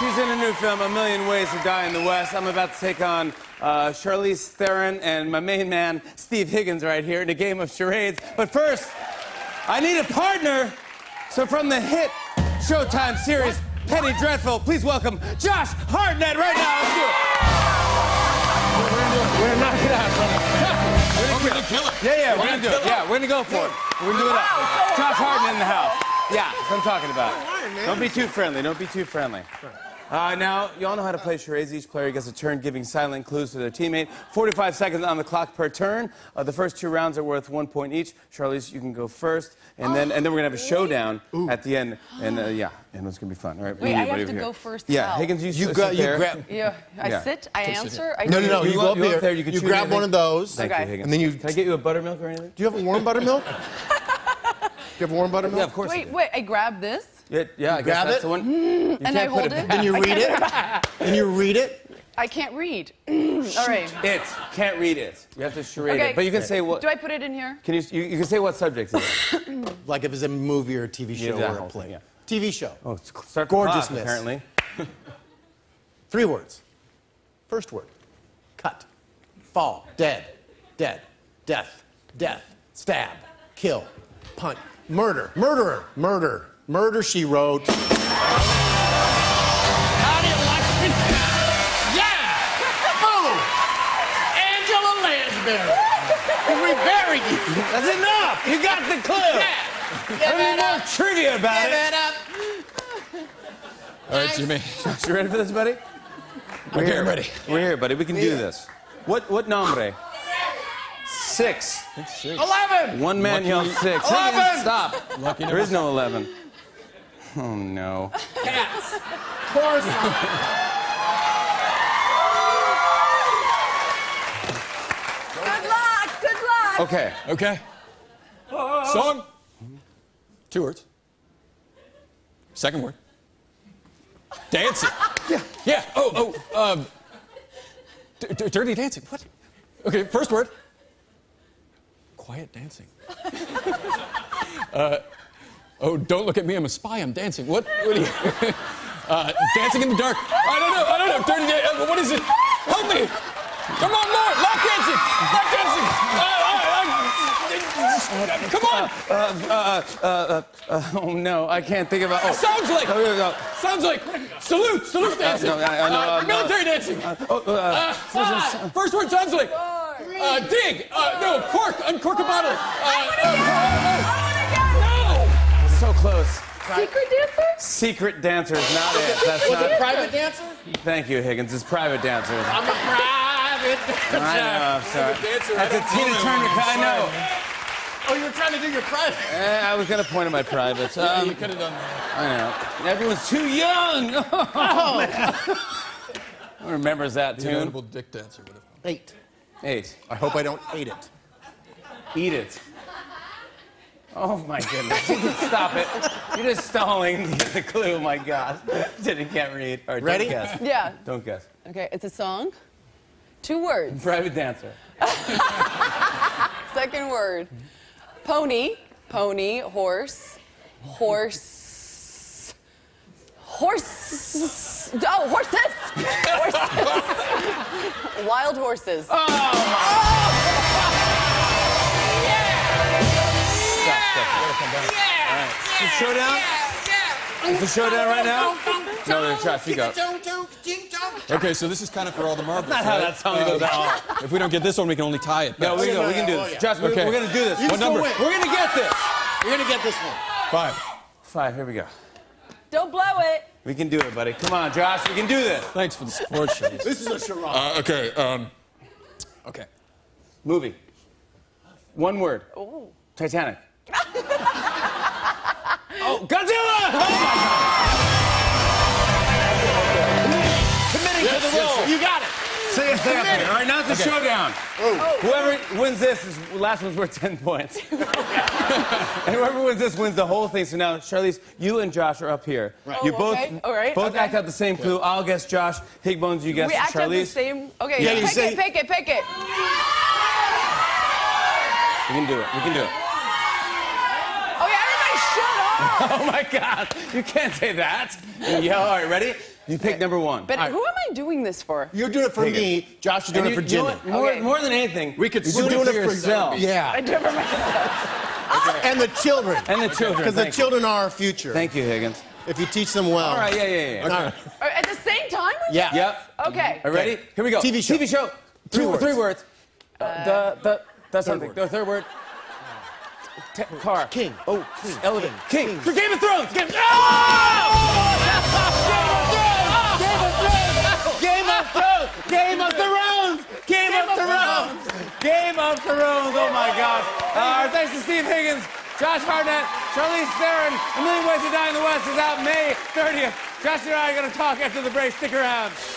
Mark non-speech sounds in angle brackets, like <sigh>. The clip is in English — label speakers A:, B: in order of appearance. A: She's in a new film, A Million Ways to Die in the West. I'm about to take on uh, Charlize Theron and my main man, Steve Higgins, right here in a game of charades. But first, I need a partner. So from the hit Showtime series, Penny Dreadful, please welcome Josh Hartnett right now. Let's do it. We're gonna knock it out, brother. We're gonna kill it. Yeah, yeah, we're gonna do it. Yeah, we're gonna go for it. We're gonna do it up. Josh Hartnett in the house. Yeah, that's what I'm talking about. Don't be too friendly. Don't be too friendly. Uh, now, you all know how to play charades. Each player gets a turn giving silent clues to their teammate. 45 seconds on the clock per turn. Uh, the first two rounds are worth one point each. Charlize, you can go first. And then, and then we're going to have a showdown at the end. And uh, yeah, and it's going to be fun. All right, we
B: Wait,
A: need
B: I
A: everybody
B: have to
A: over
B: go
A: here.
B: first
A: Yeah,
B: how?
A: Higgins, you,
C: You
A: sit
C: got you
A: there.
C: grab.
B: Yeah, I
A: Yeah.
B: sit, I answer, I
C: No, no, no.
A: You
C: You,
A: go
C: go
A: up
C: up
A: there,
C: here.
A: you
C: you
A: can choose
C: grab
A: anything.
C: one of those.
A: Thank you,
B: Okay.
A: Higgins.
C: And then you-
A: Can I get you a buttermilk or anything?
C: Do you have warm buttermilk? Do you have warm buttermilk?
A: Yeah, of course. I
B: Wait,
A: do.
B: wait, I grab this
A: Yeah, yeah, I guess
C: grab
A: that's
C: it.
A: the one. You
B: and I
A: can't
B: hold
A: put
B: it.
A: it.
B: back.
C: And you read it. And you read it.
B: <laughs> I can't read. <clears throat> All right.
A: It can't read it. You have to charade
B: Okay.
A: it. But you can say what.
B: Do I put it in here?
A: Can you, you, you can say what subject it is.
C: Like if it's a movie or a TV show
A: that
C: or
A: whole
C: a play.
A: thing, yeah.
C: TV show.
A: <laughs> Oh, start the clock,
C: Gorgeousness.
A: apparently.
C: Three words. First word. Cut. Fall. Dead. Dead. Death. Death. Stab. Kill. Punt. Murder. Murderer. Murder. Murder. She wrote.
D: How do you like it? Yeah! Boom! Angela Lansbury. We buried you.
A: That's enough. You got the clue.
D: Yeah.
A: I need more
B: uh,
A: trivia about
D: Give
A: it.
D: it up.
E: All right, Jimmy.
A: You ready for this, buddy?
E: I'm getting ready.
A: We're here, buddy. We can do this. What what nombre? Six.
D: Eleven.
A: One man yelled six.
D: Eleven!
A: Higgins, Stop.
E: Lucky
A: There is no eleven. Oh no.
D: Cats.
B: Good luck. Good luck.
A: Okay.
E: Okay. Song. Two words. Second word. Dancing. Yeah. Yeah. Oh, oh. Um, d- d- dirty dancing. What? Okay, first word. Quiet dancing. <laughs> uh, oh, don't look at me. I'm a spy. I'm dancing. What? What are you? <laughs> uh, dancing in the dark. I don't know. I don't know. Dirty dancing. what is it? Help me. Come on, Lord. Lap dancing. Lap dancing. Uh, uh, uh, come on.
A: Uh, uh, uh, uh, uh, oh no, I can't think about. Oh.
E: Sounds like-
A: Oh, yeah, no.
E: Sounds like salute, salute dancing.
A: no, I- I know,
E: Uh,
A: um,
E: military dancing.
A: Oh, uh,
E: Uh, ah, first word sounds like. Uh, dig. Uh, no, cork. Uncork a bottle. Uh,
B: I
A: so close.
B: wanna go. Secret dancer?
A: Secret dancer is not it. That's
C: Was it
A: not.
C: private dancer?
A: Thank you, Higgins. It's private dancer.
D: I'm a private dancer.
A: I know. I'm sorry.
E: dancer, I
A: That's a
E: don't
A: Tina
E: know.
A: Turner.
E: I'm
A: I know.
D: Oh, you were trying to do your private.
A: Eh, I was gonna point at my privates.
E: no.
A: Um,
E: you could have done that.
A: I know. Everyone's too young. <laughs> Oh. Who remembers that tune?
E: Notable dick dancer would have.
C: Eight.
A: Eight.
C: I hope I don't hate it.
A: Eat it. Oh my goodness. You can stop it. You're just stalling to get the clue. Oh, My gosh. Didn't can't read. All right,
C: Ready?
A: Don't guess.
B: Yeah.
A: Don't guess.
B: Okay, it's a song. Two words.
A: Private dancer.
B: Second word. Pony. Pony. Horse. Horse. Horse. Oh, horses. <laughs> horses. Wild horses.
A: Is it showdown? Is it showdown right now? No, no, Josh, you go.
E: Okay, so this is kind of for all the marbles.
A: That's not how
E: right?
A: that song goes at all.
E: If we don't get this one, we can only tie it.
A: No,
E: back.
A: we can, go. we can do this. Josh, we're,
E: Okay.
A: we're gonna do this.
E: What number?
A: We're gonna get this.
C: We're gonna get this one.
E: Five.
A: Five. Here we go.
B: Don't blow it.
A: We can do it, buddy. Come on, Josh. We can do this.
E: Thanks for the support, Shanice.
C: This is a charade.
E: Uh, okay. Um, okay.
A: Movie. One word. Titanic. oh, Godzilla!
C: Committing
A: to the role.
C: You got it.
A: Say it's happening. All right, now it's a showdown.
B: Oh,
A: Whoever wins this is last one's worth <laughs> 10 points. and whoever wins this wins the whole thing. So now, Charlize, you and Josh are up here. Right. You
B: Oh,
A: both
B: okay. All right,
A: both
B: okay.
A: act out the same clue. I'll guess Josh. Higbones, you guess
B: we act out the
A: Charlize.
B: same. Okay,
C: Yeah, you
B: pick
C: say-
B: it, pick it, pick it.
A: we can do it. We can do it.
B: Okay, Oh, everybody shut up.
A: <laughs> Oh my God! You can't say that. Yeah. All right, ready? You pick number one.
B: But
A: All right.
B: who am I doing this for?
C: You're doing it for me. Josh, you're
A: And you-
C: doing it for
A: you know
C: Jimmy.
A: what? more,
B: Okay.
A: more than anything,
C: We could
A: you're
C: sue
A: doing it
C: it
A: for
C: for
A: yourself.
C: yeah.
A: <laughs>
B: I do it for myself.
C: And the children.
A: And the children. <laughs>
C: Because the
A: Thank you.
C: children are our future.
A: Thank you, Higgins.
C: if you teach them well.
A: All right, yeah, yeah, yeah.
C: All right.
B: Or <laughs> At the same time? we're
C: Yeah.
B: doing
A: Yep.
B: this? Okay.
A: Are you ready? Here we go.
C: TV show.
A: TV show.
C: Three
A: Two-
C: words.
A: Three words. Uh, the the that's something.
C: word.
A: The third word. Te- car.
C: King.
A: Oh,
C: King.
A: elephant.
C: King.
A: King. For Game of Thrones. Game. Oh! Game of Thrones. Game of Thrones. Game of Thrones. Game of Thrones. Game of Thrones. Oh my gosh. Uh, our thanks to Steve Higgins, Josh Hartnett, Charlize Theron. A Million Ways to Die in the West is out May 30th. Josh and I are going to talk after the break. Stick around.